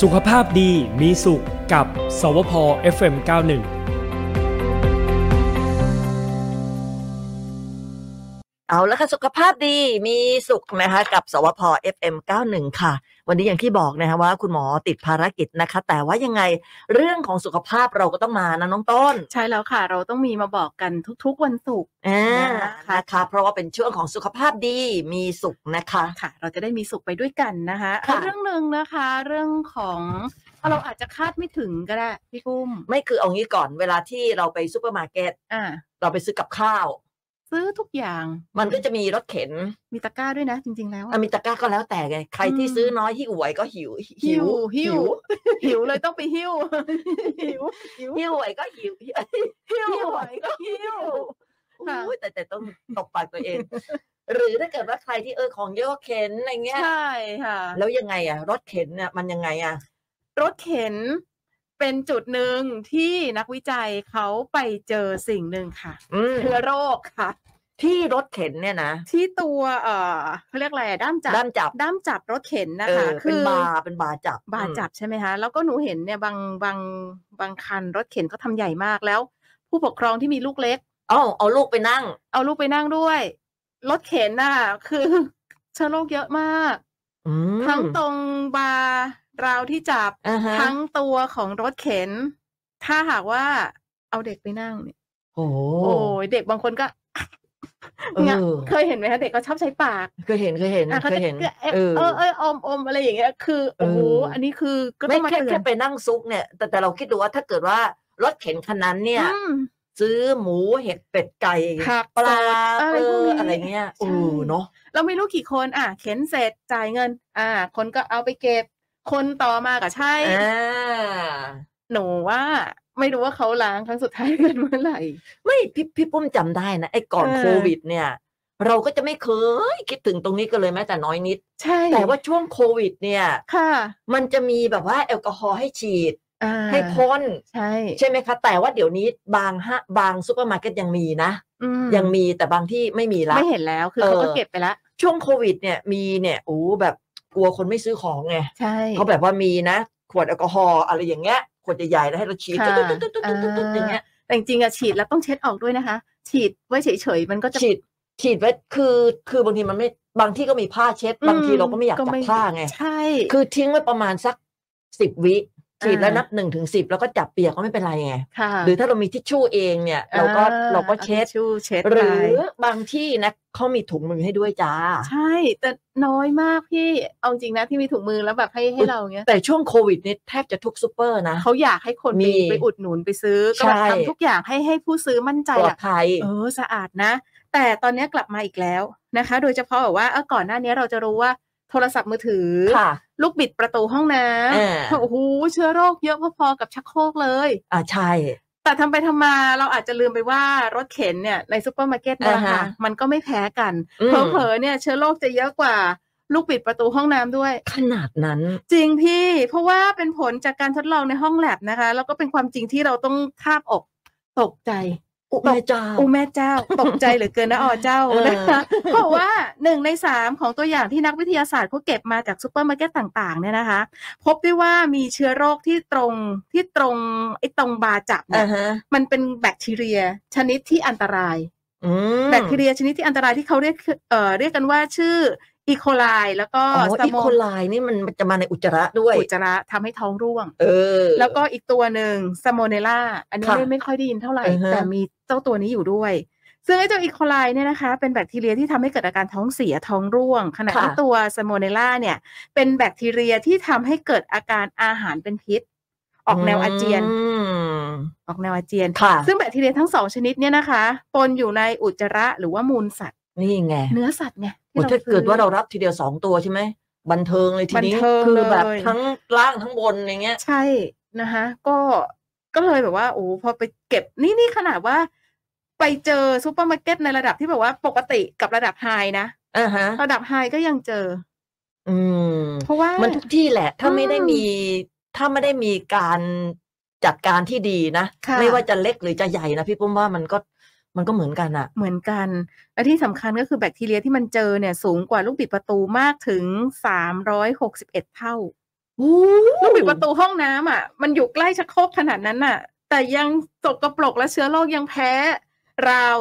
สุขภาพดีมีสุขกับ สวพ FM91 เอาละค่ะ สุขภาพดีมีสุขนะคะ กับสวพ FM 91 ค่ะ วันนี้อย่างที่บอกนะคะว่าคุณหมอติดภารกิจนะคะ แต่ว่ายังไงเรื่องของสุขภาพเราก็ต้องมานะน้องต้น ใช่แล้วค่ะเราต้องมีมาบอกกันทุกๆวันศุกร์ อ่า นะคะ นะคะ เพราะว่าเป็นช่วงของสุขภาพดีมีสุขนะคะ ค่ะ เราจะได้มีสุขไปด้วยกันนะคะ ค่ะ เรื่องหนึ่งนะคะ เรื่องของเราอาจจะคาดไม่ถึงก็ได้พี่กุ้ม ไม่คือเอางี้ก่อนเวลาที่เราไปซูเปอร์มาร์เก็ต อ่า เราไปซื้อกับข้าว ซื้อทุกอย่าง มันก็จะมีรถเข็น มีตะกร้าด้วยนะ จริง ๆ แล้วอะ อะมีตะกร้าก็แล้วแต่ไงใครที่ อืม ซื้อน้อยหิวไหวก็หิว หิวหิวเลยต้องไปหิวหิวหิว หิวไหวก็หิวหิว หิว หิว ไหวก็หิว ค่ะ อุ๊ยแต่แต่ต้องตบปากตัวเอง หรือถ้าเกิดว่าใครที่เออของเยอะก็เข็นอะไรเงี้ย ใช่ค่ะ แล้วยังไงอะรถเข็นเนี่ยมันยังไงอะ รถเข็นเป็นจุดหนึ่งที่นักวิจัยเขาไปเจอสิ่งหนึ่งค่ะ อืม เชื้อโรคค่ะ ที่รถเข็นเนี่ยนะ ที่ตัวเอ่อเขาเรียกอะไรอะด้ามจับ ด้ามจับ ด้ามจับรถเข็นนะ เอ คะ อเป็นบาร์เป็นบาร์จับบ าร์จับใช่ไหมคะ แล้วก็หนูเห็นเนี่ยบางบางบางคันรถเข็นเขาทำใหญ่มากแล้ว ผู้ปกครองที่มีลูกเล็ก เอ้าเอาลูกไปนั่ง เอาลูกไปนั่งด้วย รถเข็นน่ะ คือ เชื้อโรคเยอะมาก อืม ทั้งตรงบาร์ราวที่จับ อ่าฮะ ทั้งตัวของรถเข็น ถ้าหากว่าเอาเด็กไปนั่งเนี่ย โอ้โห โอ้ยเด็กบางคนก็ เอ เนี่ย อ เคยเห็นไหมคะเด็กก็ชอบใช้ปาก เคยเห็นเคยเห็น อ่ะเขา เค จะ ยเห็น เกลือเอ เอ อ อ เออเอออมอมอะไรอย่างเงี้ยคือโอ้โห เอออั อันนี้คือก็ต้ ไม่ องมา แค่ เตือ แค่ น ไปนั่งซุกเนี่ย แต่แต่เราคิดดูว่าถ้าเกิดว่ารถเข็นคันนั้นเนี่ย อืม ซื้อหมูเห็ดเป็ดไก่ ผัก ปลา สดเออะไรพอวกนี้ อะไรเงี้ย ใช่ เออเนาะ เราไม่รู้กี่คนอ่ะเข็นเสร็จจ่ายเงิน อ่า คนก็เอาไปเก็บ คนต่อมาก็ใช่ อ่า หนูว่า ไม่รู้ว่าเขาล้างครั้งสุดท้ายกันเมื่อไหร่ ไม่พี่พี่ปุ้มจำได้นะไอ้ก่อน เออ โควิด เนี่ย เราก็จะไม่เคยคิดถึงตรงนี้กันเลยแม้แต่น้อยนิด ใช่ แต่ว่าช่วงโควิด เนี่ย ค่ะ มันจะมีแบบว่าแอลกอฮอล์ให้ฉีด อ่า ให้พ่น ใช่ ใช่ไหมคะ แต่ว่าเดี๋ยวนี้บางฮะบางซูเปอร์มาร์เก็ตยังมีนะ อืม ยังมีแต่บางที่ไม่มีละ ไม่เห็นแล้วคือ เออ เขาก็เก็บไปละ ช่วงโควิด เนี่ยมีเนี่ยโอ้แบบกลัวคนไม่ซื้อของไง ใช่ เขาแบบว่ามีนะ ขวดแอลกอฮอล์อะไรอย่างเงี้ยขวดใหญ่ๆแล้วให้เราฉีด ค่ะ ตุ๊ดตุ๊ดตุ๊ดตุ๊ดตุ๊ดตุ๊ดอย่างเงี้ย แต่จริงๆอะฉีดแล้วต้องเช็ดออกด้วยนะคะ ฉีดไว้เฉยๆมันก็จะ ฉีดฉีดไว้คือคือบางทีมันไม่บางที่ก็มีผ้าเช็ด อืม บางทีเราก็ไม่อยาก ก็ จับ ไม่ ผ้าไง ใช่ คือทิ้งไว้ประมาณสักสิบวิฉีดแล้ว า นับหนึ่งถึงสิบแล้วก็จับเปียกก็ไม่เป็นไรไง ค่ะ หรือถ้าเรามีทิชชู่เองเนี่ย เราก็ อ่ เราก็ อา เช็ด ทิชชู่เช็ด หรือ ไป บางที่นะเขามีถุงมือให้ด้วยจ้า ใช่ แต่น้อยมากพี่ เอาจริงนะที่มีถุงมือแล้วแบบให้ให้เราเงี้ย แต่ช่วงโควิดนี่แทบจะทุกซูเปอร์นะ เขาอยากให้คน มี ไปไปอุดหนุนไปซื้อก็แบบ ใช่ ทำทุกอย่างให้ให้ผู้ซื้อมั่นใจ ปลอด อะ ภัย เออสะอาดนะ แต่ตอนเนี้ยกลับมาอีกแล้วนะคะ โดยเฉพาะแบบว่าเออก่อนหน้าเนี้ยเราจะรู้ว่าโทรศัพท์มือถือ ค่ะ ลูกบิดประตูห้องน้ เออ ำโอ้โหเชื้อโรคเยอะพอๆกับชักโครกเลย อ่าใช่ แต่ทำไปทำมาเราอาจจะลืมไปว่ารถเข็นเนี่ยในซูเปอร์มาร์เก็ตเนี่ยรา อ่า คา ฮะ มันก็ไม่แพ้กัน อืม เผลอๆเนี่ยเชื้อโรคจะเยอะกว่า ลูกบิดประตูห้องน้ำด้วย ขนาดนั้น จริงพี่ เพราะว่าเป็นผลจากการทดลองในห้องแลบนะคะ แล้วก็เป็นความจริงที่เราต้องคาบอกตกใจ อุบายจ้า อูแม่เจ้า ตกใจเหลือเกินนะออเจ้า เออ นะคะเพราะว่าหนึ่งในสามของตัวอย่างที่นักวิทยาศาสตร์เขาเก็บมาจากซูเปอร์มาร์เก็ตต่างๆเนี่ยนะคะ พบได้ว่ามีเชื้อโรคที่ตรงที่ตรงไอ้ตรงบาจับเนี่ อ่าย ฮะ มันเป็นแบคทีเรีย ชนิดที่อันตราย อืม แบคทีเรียชนิดที่อันตรายที่เขาเรียกเอ่อเรียกกันว่าชื่ออีโคไลแล้วก็ อ๋อ ส อี โม โคไลนี่มันจะมาในอุจจาระด้วย อุจจาระทำให้ท้องร่วง เออ แล้วก็อีกตัวหนึ่งซ a โมเนล่าอันนี้ ค่ะ ไม่ไม่ค่อยได้ยินเท่าไหร่ อือฮะ แต่มีเจ้าตัวนี้อยู่ด้วย ซึ่งไอ้เจ้าอีโคไลเนี่ยนะคะ เป็นแบคทีเรียที่ทำให้เกิดอาการท้องเสียท้องร่วง ขณะที่ตัวซ a โมเนล่าเนี่ย เป็นแบคทีเรียที่ทำให้เกิดอาการอาหารเป็นพิษ ออกแนวอาเจียน อืม ออกแนวอาเจียน ค่ะ ซึ่งแบคทีเรียทั้งสองชนิดเนี่ยนะคะปนอยู่ในอุจจาระหรือว่ามูลสัตว์ นี่ไง เนื้อสัตว์ไงที่ โอ้ เรา ถ้าเกิด ซื้อ ว่าเรารับทีเดียวสองตัวใช่ไหม บันเทิงเลยทีนี้ บันเทิง คือแบบ เลย ทั้งล่างทั้งบนอย่างเงี้ย ใช่นะคะก็ก็เลยแบบว่าโอ้พอไปเก็บนี่นี่ขนาดว่า ไปเจอซูเปอร์มาร์เก็ตในระดับที่แบบว่าปกติกับระดับไฮนะ อ่าฮะ ระดับไฮก็ยังเจอ อืม เพราะว่า มันทุกที่แหละ ถ้าไม่ได้ อืม มี ถ้าไม่ได้มีการจัดการที่ดีนะ ค่ะ ไม่ว่าจะเล็กหรือจะใหญ่นะพี่ปุ้มว่ามันก็ มันก็เหมือนกันอะ เหมือนกัน และที่สำคัญก็คือแบคทีเรียที่มันเจอเนี่ย สูงกว่าลูกบิดประตูมากถึง 361 เท่า ต้องปิดประตูห้องน้ำอ่ะ มันอยู่ใกล้ชักโครกขนาดนั้นน่ะ แต่ยังตกกระปรกและเชื้อโรคยังแพ้ ราว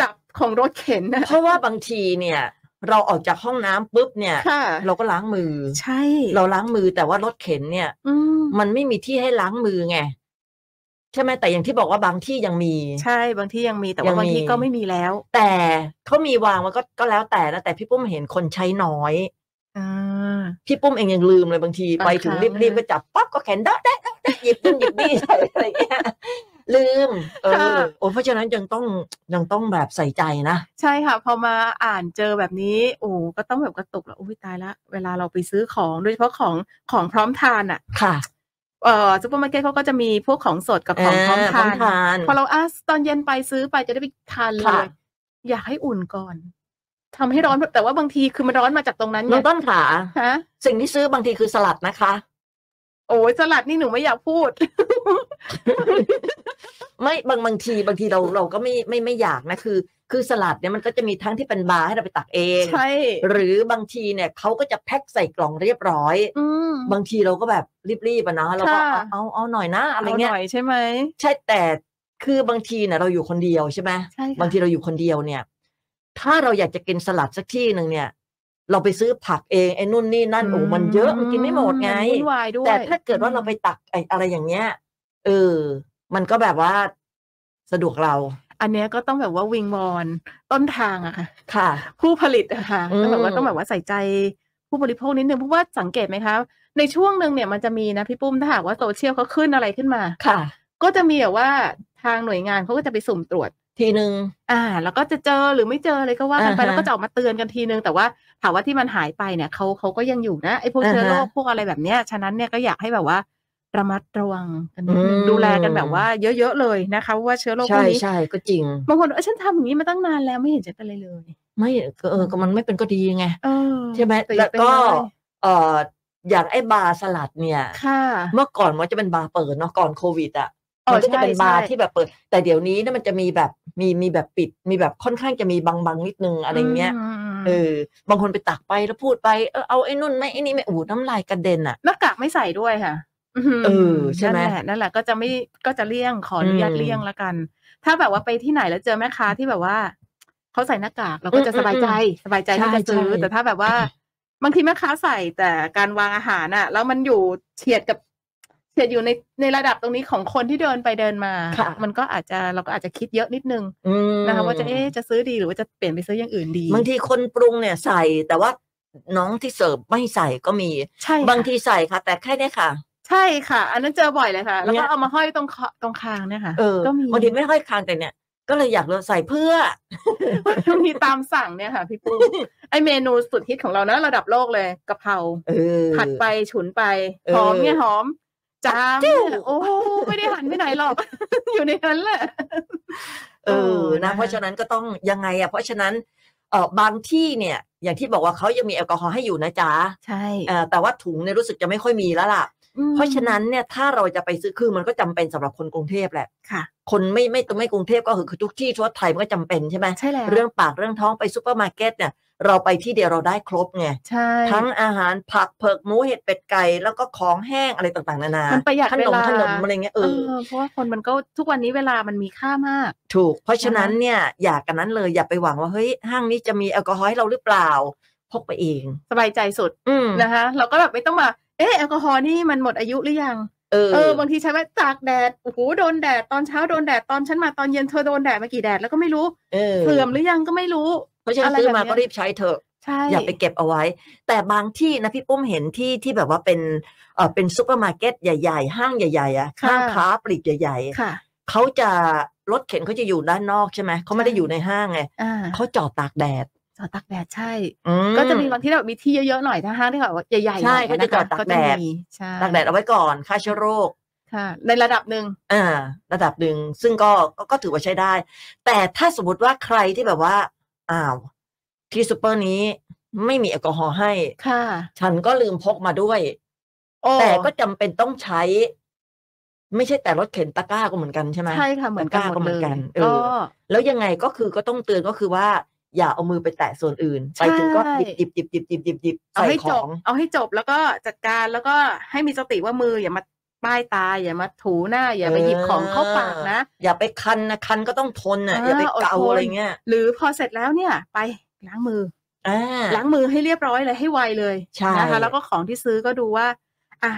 จับของรถเข็นนะ เพราะว่าบางทีเนี่ย เราออกจากห้องน้ำปุ๊บเนี่ย ค่ะ เราก็ล้างมือ ใช่ เราล้างมือแต่ว่ารถเข็นเนี่ย อืม มันไม่มีที่ให้ล้างมือไงใช่ไหมแต่อย่างที่บอกว่าบางที่ยังมี ใช่บางที่ยังมีแต่ ยั ว่าง มี บางที่ก็ไม่มีแล้ว แต่เขามีวางมันก็ก็แล้วแต่นะแต่พี่ปุ้มเห็นคนใช้น้อย อ่า พี่ปุ้มเองยังลืมเลยบางที บาง ไปถึง ครั้ง รีบๆก็จับปั๊บก็แขนเดะเดะเดะเดะหยิบนู่นหยิบนี่ ใส่อะไรเงี้ยลืม เอ ค่ะ อโอ้เพราะฉะนั้นยังต้องยังต้องแบบใส่ใจนะ ใช่ค่ะ พอมาอ่านเจอแบบนี้ โอ้ก็ต้องแบบกระตุกแล้วอุ้ยตายละเวลาเราไปซื้อของโดยเฉพาะของของพร้อมทานอ่ะ ค่ะ เอ่อซูเปอร์มาร์เก็ตเขาก็จะมีพวกของสดกับของพร้อมเออพทานร้อมทาน พอเราอ่ะตอนเย็นไปซื้อไปจะได้ไปทานเล ค่ะ ย อยากให้อุ่นก่อนทำให้ร้อนแต่ว่าบางทีคือมันร้อนมาจากตรงนั้นไง น้องต้นขา ฮะ สิ่งที่ซื้อบางทีคือสลัดนะคะ โอ้ยสลัดนี่หนูไม่อยากพูด ไม่บางบางทีบางทีเราเราก็ไม่ไม่ไม่อยากนะคือ คือสลัดเนี่ยมันก็จะมีทั้งที่เป็นบาร์ให้เราไปตักเอง ใช่ หรือบางทีเนี่ยเขาก็จะแพ็คใส่กล่องเรียบร้อย อืม บางทีเราก็แบบรีบๆอะนะเราก็เอา ค่ะ เอาเอาหน่อยนะ เอา อะไร ห เงี้ย น่อยใช่ไหม ใช่แต่คือบางทีเนี่ยเราอยู่คนเดียวใช่ไหม ใช่ค่ะ บางทีเราอยู่คนเดียวเนี่ย ถ้าเราอยากจะกินสลัดสักที่หนึ่งเนี่ย เราไปซื้อผักเองไอ้นู่นนี่นั่นโอ้มันเยอะมันกินไม่หมดไง นวุ่นวายด้วย แต่ถ้าเกิดว่าเราไปตักไอ้อะไรอย่างเงี้ยเออ มันก็แบบว่าสะดวกเรา อันเนี้ยก็ต้องแบบว่าวิงวอนต้นทางอะค่ะ ค่ะ ผู้ผลิตอะค่ะ อืม ต้องแบบว่าต้องแบบว่าใส่ใจผู้บริโภคนิดนึงเพราะว่าสังเกตไหมคะในช่วงหนึ่งเนี่ยมันจะมีนะพี่ปุ้มถ้าหากว่าโซเชียลเขาขึ้นอะไรขึ้นมา ค่ะ ก็จะมีแบบว่าทางหน่วยงานเขาก็จะไปสุ่มตรวจ ทีหนึ่ง อ่า แล้วก็จะเจอหรือไม่เจออะไรก็ว่ากันไป อ่าฮะ แล้วก็จะออกมาเตือนกันทีนึง แต่ว่าถามว่าที่มันหายไปเนี่ยเขาเขาก็ยังอยู่นะไอ้พวกเชื้อ อ่าฮะ โรคพวกอะไรแบบเนี้ยฉะนั้นเนี่ยก็อยากให้แบบว่าระมัดระวังกันนิดนึง อืม ดูแลกันแบบว่าเยอะๆเลยนะคะเพราะว่าเชื้อโรคพว ใช่ กนี้ ใช่ก็จริง บางคนบอกเอ้ยฉันทำอย่างนี้มาตั้งนานแล้วไม่เห็นจะเป็นอะไรเลย ไม่ก็เออก็มันไม่เป็นก็ดีไง เออ ใช่ไหม ต่อ แล้ว ย่าเป็น ก็ เลย เอออย่างไอ้บาร์สลัดเนี่ย ค่ะ เมื่อก่อนมันจะเป็นบาร์เปิดเนาะก่อนโควิดอ่ะ อ๋อ มันก็จะเป็น ใช่ บาร์ ใช่ ที่แบบเปิด แต่เดี๋ยวนี้เนี่ยมันจะมีแบบมีมีแบบปิด มีแบบค่อนข้างจะมีบางๆนิดนึงอะไรเงี้ย ม เออบางคนไปตักไปแล้วพูดไปเออเอาไอ้นุ่นไหมไอ้นี่ไหมโอ้โหน้ำลายกระเด็นอ่ะ หน้ากากไม่ใส่ด้วยค่ะหื เออใช่ไหม นั่นแหละนั่นแหละก็จะไม่ก็จะเลี่ยงขออนุญาต อืม เลี่ยงละกัน ถ้าแบบว่าไปที่ไหนแล้วเจอแม่ค้าที่แบบว่าเขาใส่หน้ากากเราก็จะ อืม สบายใจ สบายใจที่จะซื้อ ใช่ใช่ แต่ถ้าแบบว่า บางทีแม่ค้าใส่แต่การวางอาหารน่ะ แล้วมันอยู่เฉียดกับเฉียดอยู่ในในระดับตรงนี้ของคนที่เดินไปเดินมา ค่ะ มันก็อาจจะเราก็อาจจะคิดเยอะนิดนึง อืม นะคะ ว่าจะเอ๊ะจะซื้อดีหรือว่าจะเปลี่ยนไปซื้ออย่างอื่นดี บางทีคนปรุงเนี่ยใส่แต่ว่าน้องที่เสิร์ฟไม่ใส่ก็มี ใช่ค่ะ บางทีใส่ค่ะ แต่แค่เนี้ยค่ะ ใช่ค่ะ อันนั้นเจอบ่อยเลยค่ะ แล้ว เนี่ยก็เอามาห้อยตรงคอตรงคางเนี่ยค่ะ เออ ก็มี บางทีไม่ค่อยคางแต่เนี่ย ก็เลยอยากลดใส่เพื่อ บางทีตามสั่งเนี่ยค่ะพี่ปุ้ม ไอเมนูสุดฮิตของเรานะระดับโลกเลยกะเพรา เออ ผัดไปฉุนไป เออ หอมเนี่ยหอม จาม จิ้ว เนี่ยโอ้ไม่ได้หันไปไหนหรอก อยู่ในนั้นแหละ เออ นะ เออนะคะ เพราะฉะนั้นก็ต้องยังไงอ่ะ เพราะฉะนั้นเออบางที่เนี่ย อย่างที่บอกว่าเขายังมีแอลกอฮอล์ให้อยู่นะจ๊ะ ใช่ เออแต่ว่าถุงเนี่ยรู้สึกจะไม่ค่อยมีแล้วล่ะ เพราะฉะนั้นเนี่ยถ้าเราจะไปซื้อคือมันก็จำเป็นสำหรับคนกรุงเทพแหละ ค่ะ คนไม่ไม่ไม่ไม่กรุงเทพก็คือคือทุกที่ทั่วไทยมันก็จำเป็นใช่ไหม ใช่แล้ว เรื่องปากเรื่องท้องไปซูเปอร์มาร์เก็ตเนี่ย เราไปที่เดียวเราได้ครบไง ใช่ ทั้งอาหารผักเผือกหมูเห็ดเป็ดไก่แล้วก็ของแห้งอะไรต่างๆนานา มันประหยัด ข เวน ม ลา ขนมอะไรเงี้ย เอ เออ อเพราะว่าคนมันก็ทุกวันนี้เวลามันมีค่ามาก ถูก เพราะฉะนั้น นะคะ เนี่ยอย่ากันนั้นเลยอย่าไปหวังว่าเฮ้ยห้างนี้จะมีแอลกอฮอล์ให้เราหรือเปล่า พกไปเอง สบายใจสุด อืม นะคะ เราก็แบบไม่ต้องมาเอ๊ะแอลกอฮอล์นี่มันหมดอายุหรือยัง เออ เออบางทีใช้ไว้ตากแดดโอ้โหโดนแดดตอนเช้าโดนแดดตอนฉันมาตอนเย็นเธอโดนแดดมากี่แดดแล้วก็ไม่รู้ เออ เสื่อมหรือยังก็ไม่รู้ เพราะฉะนั้น อะไร ซื้อมา แบบเนี้ย ก็รีบใช้เถอะ ใช่ อย่าไปเก็บเอาไว้ แต่บางที่นะพี่ปุ้มเห็นที่ที่แบบว่าเป็นเออเป็นซูเปอร์มาร์เก็ตใหญ่ ๆ ห้างใหญ่ๆอะ ค่ะ ห้างค้าปลีกใหญ่ ค่ะ ๆเขาจะรถเข็นเขาจะอยู่ด้านนอกใช่ไหมเขาไม่ได้อยู่ในห้างไง อ่า เขาจอดตากแดด จอดตากแดดใช่ อื ก็จะมีบางที่แบบมีที่เยอะๆหน่อยถ้าห้างที่แบบว่าใหญ่ๆ ใช่ หน่ยนค ก็จะจอดตากแดด มีใช่ ตากแดดเอาไว้ก่อนฆ่าเชื้อโรค ค่ะ ในระดับหนึ่ง อ่าระดับหนึ่งซึ่งก็ก็ก็ถือว่าใช้ได้ แต่ถ้าสมมติว่าใครที่แบบว่าอ้าวที่ซูเปอร์นี้ไม่มีแอลกอฮอล์ให้ ค่ะ ฉันก็ลืมพกมาด้วย โอ้ แต่ก็จำเป็นต้องใช้ ไม่ใช่แต่รถเข็นตะกร้าก็เหมือนกันใช่ไหม ใช่ค่ะเหมือนกัตะกนร้าก็ หมด เหมือนเลย กันเออ ก็ แล้วยังไงก็คือก็ต้องเตือนก็คือว่า อย่าเอามือไปแตะส่วนอื่น ใช่ ไปถึงก็หยิบหยิบหยิบหยิบหยิบหยิบหยิบ เอา ใส่ ให้ ข จ อบ ง เอาให้จบแล้วก็จัดการแล้วก็ให้มีสติว่ามืออย่ามาป้ายตาอย่ามาถูหน้า อย่าไปหยิบของเข้าปากนะ อย่าไปคันนะคันก็ต้องทนน่ะอย่าไป เอออด เกา ทน อะไรเงี้ย หรือพอเสร็จแล้วเนี่ยไปล้างมือ อ่า ล้างมือให้เรียบร้อยเลยให้ไวเลย ใช่ นะคะแล้วก็ของที่ซื้อก็ดูว่าอ่ะ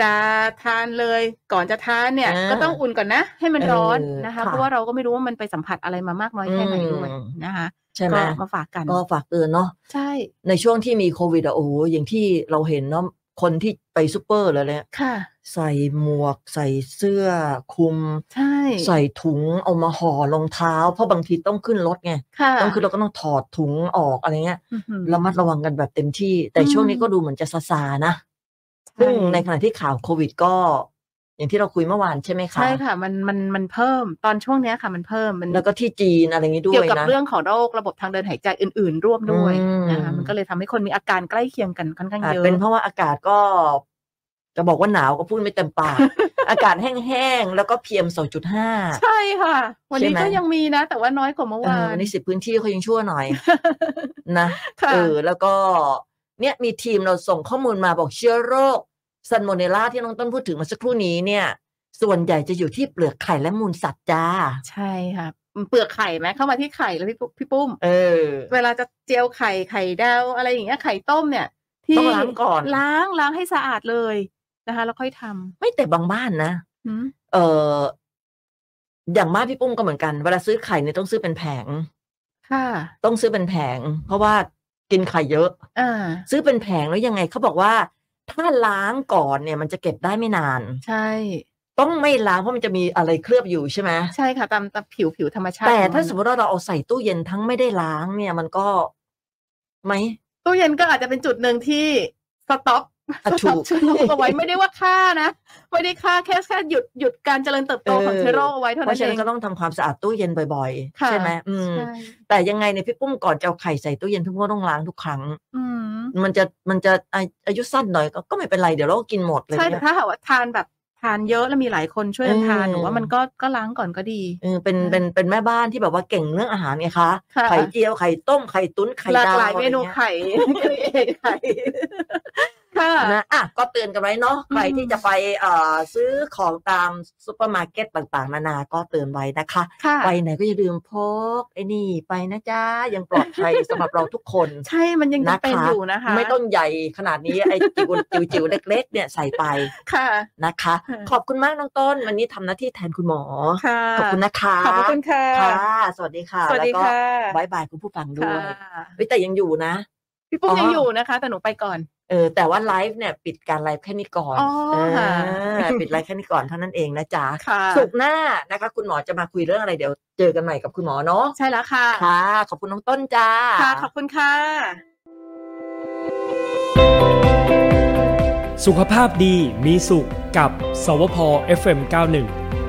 จะทานเลยก่อนจะทานเนี่ย อ่า ก็ต้องอุ่นก่อนนะ ให้มันร้อน เออ นะคะ ค่ะ เพราะว่าเราก็ไม่รู้ว่ามันไปสัมผัสอะไรมามากน้อยแค่ไหนด้วย อืม นะคะ ใช่ไหม ก็มาฝากกัน ก็ฝากเตือนเนาะ ใช่ ในช่วงที่มีโควิดอะโอ้โหอย่างที่เราเห็นเนาะคนที่ไปซูเปอร์เลยเนี่ย ค่ะ ใส่หมวก ใส่เสื้อคลุม ใช่ ใส่ถุงเอามาห่อรองเท้า เพราะบางทีต้องขึ้นรถไง ค่ะ ต้องขึ้นรถก็ต้องถอดถุงออกอะไรเงี้ย อื้อหือ ระมัดระวังกันแบบเต็มที่ แต่ อืม ช่วงนี้ก็ดูเหมือนจะซาซานะซึ่งในขณะที่ข่าวโควิดก็ อย่างที่เราคุยเมื่อวานใช่ไหมคะ ใช่ค่ะ มันมันมันเพิ่มตอนช่วงเนี้ยค่ะ มันเพิ่มมัน แล้วก็ที่จีนอะไรอย่างนี้ด้ว เกี่ย ยว กับ นะ เรื่องของโรคระบบทางเดินหายใจอื่น ๆ ร่วมด้วย อืม นะคะมันก็เลยทำให้คนมีอาการใกล้เคียงกันค่อนข้าง อาจ เยอะ เป็นเพราะว่าอากาศก็ จะบอกว่าหนาวก็พูดไม่เต็ม ปาก อากาศแห้งๆ แล้วก็เพียม 2.5 ใช่ค่ะ วันนี้ ใช่ไหม ก็ยังมีนะ แต่ว่าน้อยกว่าเมื่อ เอ วา อน วันนี้สิบพื้นที่เขายังชั่วหน่อย นะ ค่ะ เออแล้วก็ เนี่ยมีทีมเราส่งข้อมูลมาบอกเชื้อโรคซันโมเนล่าที่น้องต้นพูดถึงเมาสักครู่นี้เนี่ย ส่วนใหญ่จะอยู่ที่เปลือกไข่และมูลสัตว์จ้า ใช่ค่ะเปลือกไข่ไหมเข้ามาที่ไข่แล้วพี่ปุ๊พี่ปุ้ม เออ เวลาจะเจียวไข่ไข่ดาวอะไรอย่างเงี้ยไข่ต้มเนี่ยที่ ต้องล้างก่อน ล้างล้างให้สะอาดเลยนะคะ แล้วค่อยท ไม่แต่บางบ้านนะ ำหืม เอออย่างมากพี่ปุ้มก็เหมือนกัน เวลาซื้อไข่เนี่ยต้องซื้อเป็นแผง ค่ะ ต้องซื้อเป็นแผง เพราะว่ากินไข่เยอะ อ่า ซื้อเป็นแผงแล้วยังไงเขาบอกว่า ถ้าล้างก่อนเนี่ย มันจะเก็บได้ไม่นาน ใช่ ต้องไม่ล้างเพราะมันจะมีอะไรเคลือบอยู่ใช่ไหม ใช่ค่ะตามตามผิวผิวธรรมชาติ แต่ ของน ถ้าสมมติว่าเราเอาใส่ตู้เย็นทั้งไม่ได้ล้างเนี่ย มันก็ไหม ตู้เย็นก็อาจจะเป็นจุดหนึ่งที่สต็อปส อ่ะถู ต็อก ปเชื้อโรคเอาไว้ไม่ได้ว่าฆ่านะไม่ได้ฆ่าแค่แค่หยุดหยุดการเจริญเติบโตของ เออ เชื้อโรคเอาไว้เท่า เพ นั้น ราะฉะ เอ นั้ ง นก็ต้องทำความสะอาดตู้เย็นบ่อยๆ ค่ะ ใช่ไหมอืม ใช่ แต่ยังไงเนี่ยพี่ปุ้มก่อนจะเอาไข่ใส่ตู้เย็นพี่ปุ้มก็ต้องล้างทุกครั้ง อืม มันจะมันจะอาอายุสั้นหน่อยก็ก็ไม่เป็นไรเดี๋ยวเราก็กินหมดเลย ใช่แต่ เนี่ย ถ้าหากว่าทานแบบทานเยอะแล้วมีหลายคนช่วยกันทาน เออ หนูว่ามันก็ก็ล้างก่อนก็ดี เออเป็นเป็นเป็นแม่บ้านที่แบบว่าเก่งเรื่องอาหารไงคะ ค่ะ ไข่เจียวไข่ต้มไข่ตุ้นไข่ หลาก ดาว หลาย อะไร เมนู งี้ย ไข่ ไข่ค่ะ นะอ่ะก็เตือนกันไว้เนาะใคร อืม ที่จะไปเอ่อซื้อของตามซูเปอร์มาร์เก็ตต่างๆ นานาก็เตือนไว้นะคะ ค่ะ ไปไหนก็อย่าลืมพกไอ้นี่ไปนะจ๊ะ ยังปลอดภัย สำหรับเราทุกคน ใช่มันยังจำเป็นอยู่นะคะ ไม่ต้องใหญ่ขนาดนี้ ไอ้จิ๋วจิ๋วๆเล็ก ๆ เนี่ยใส่ไป ค่ะ นะคะ ค่ะ ขอบคุณมากน้องต้น วันนี้ทำหน้าที่แทนคุณหมอ ค่ะ ขอบคุณนะคะ ขอบคุณค่ะ ค่ะ สวัสดีค่ะ สวัสดีค่ะ แล้วก็บายบายคุณผู้ฟังด้ ค่ะ วยเฮ้ยแต่ยังอยู่นะ พี่ปุ้ อ๋ ม อ ยังอยู่นะคะ แต่หนูไปก่อน เออแต่ว่าไลฟ์เนี่ยปิดการไลฟ์แค่นี้ก่อน อ๋อค่ะ เออปิดไลฟ์แค่นี้ก่อนเท่านั้นเองนะจ๊ะ ค่ะ สุกร์หน้านะคะ คุณหมอจะมาคุยเรื่องอะไรเดี๋ยวเจอกันใหม่กับคุณหมอเนาะ ใช่แล้วค่ะ ค่ะ ขอบคุณน้องต้นจ้า ค่ะ ขอบคุณค่ะ สุขภาพดีมีสุขกับสวพ FM91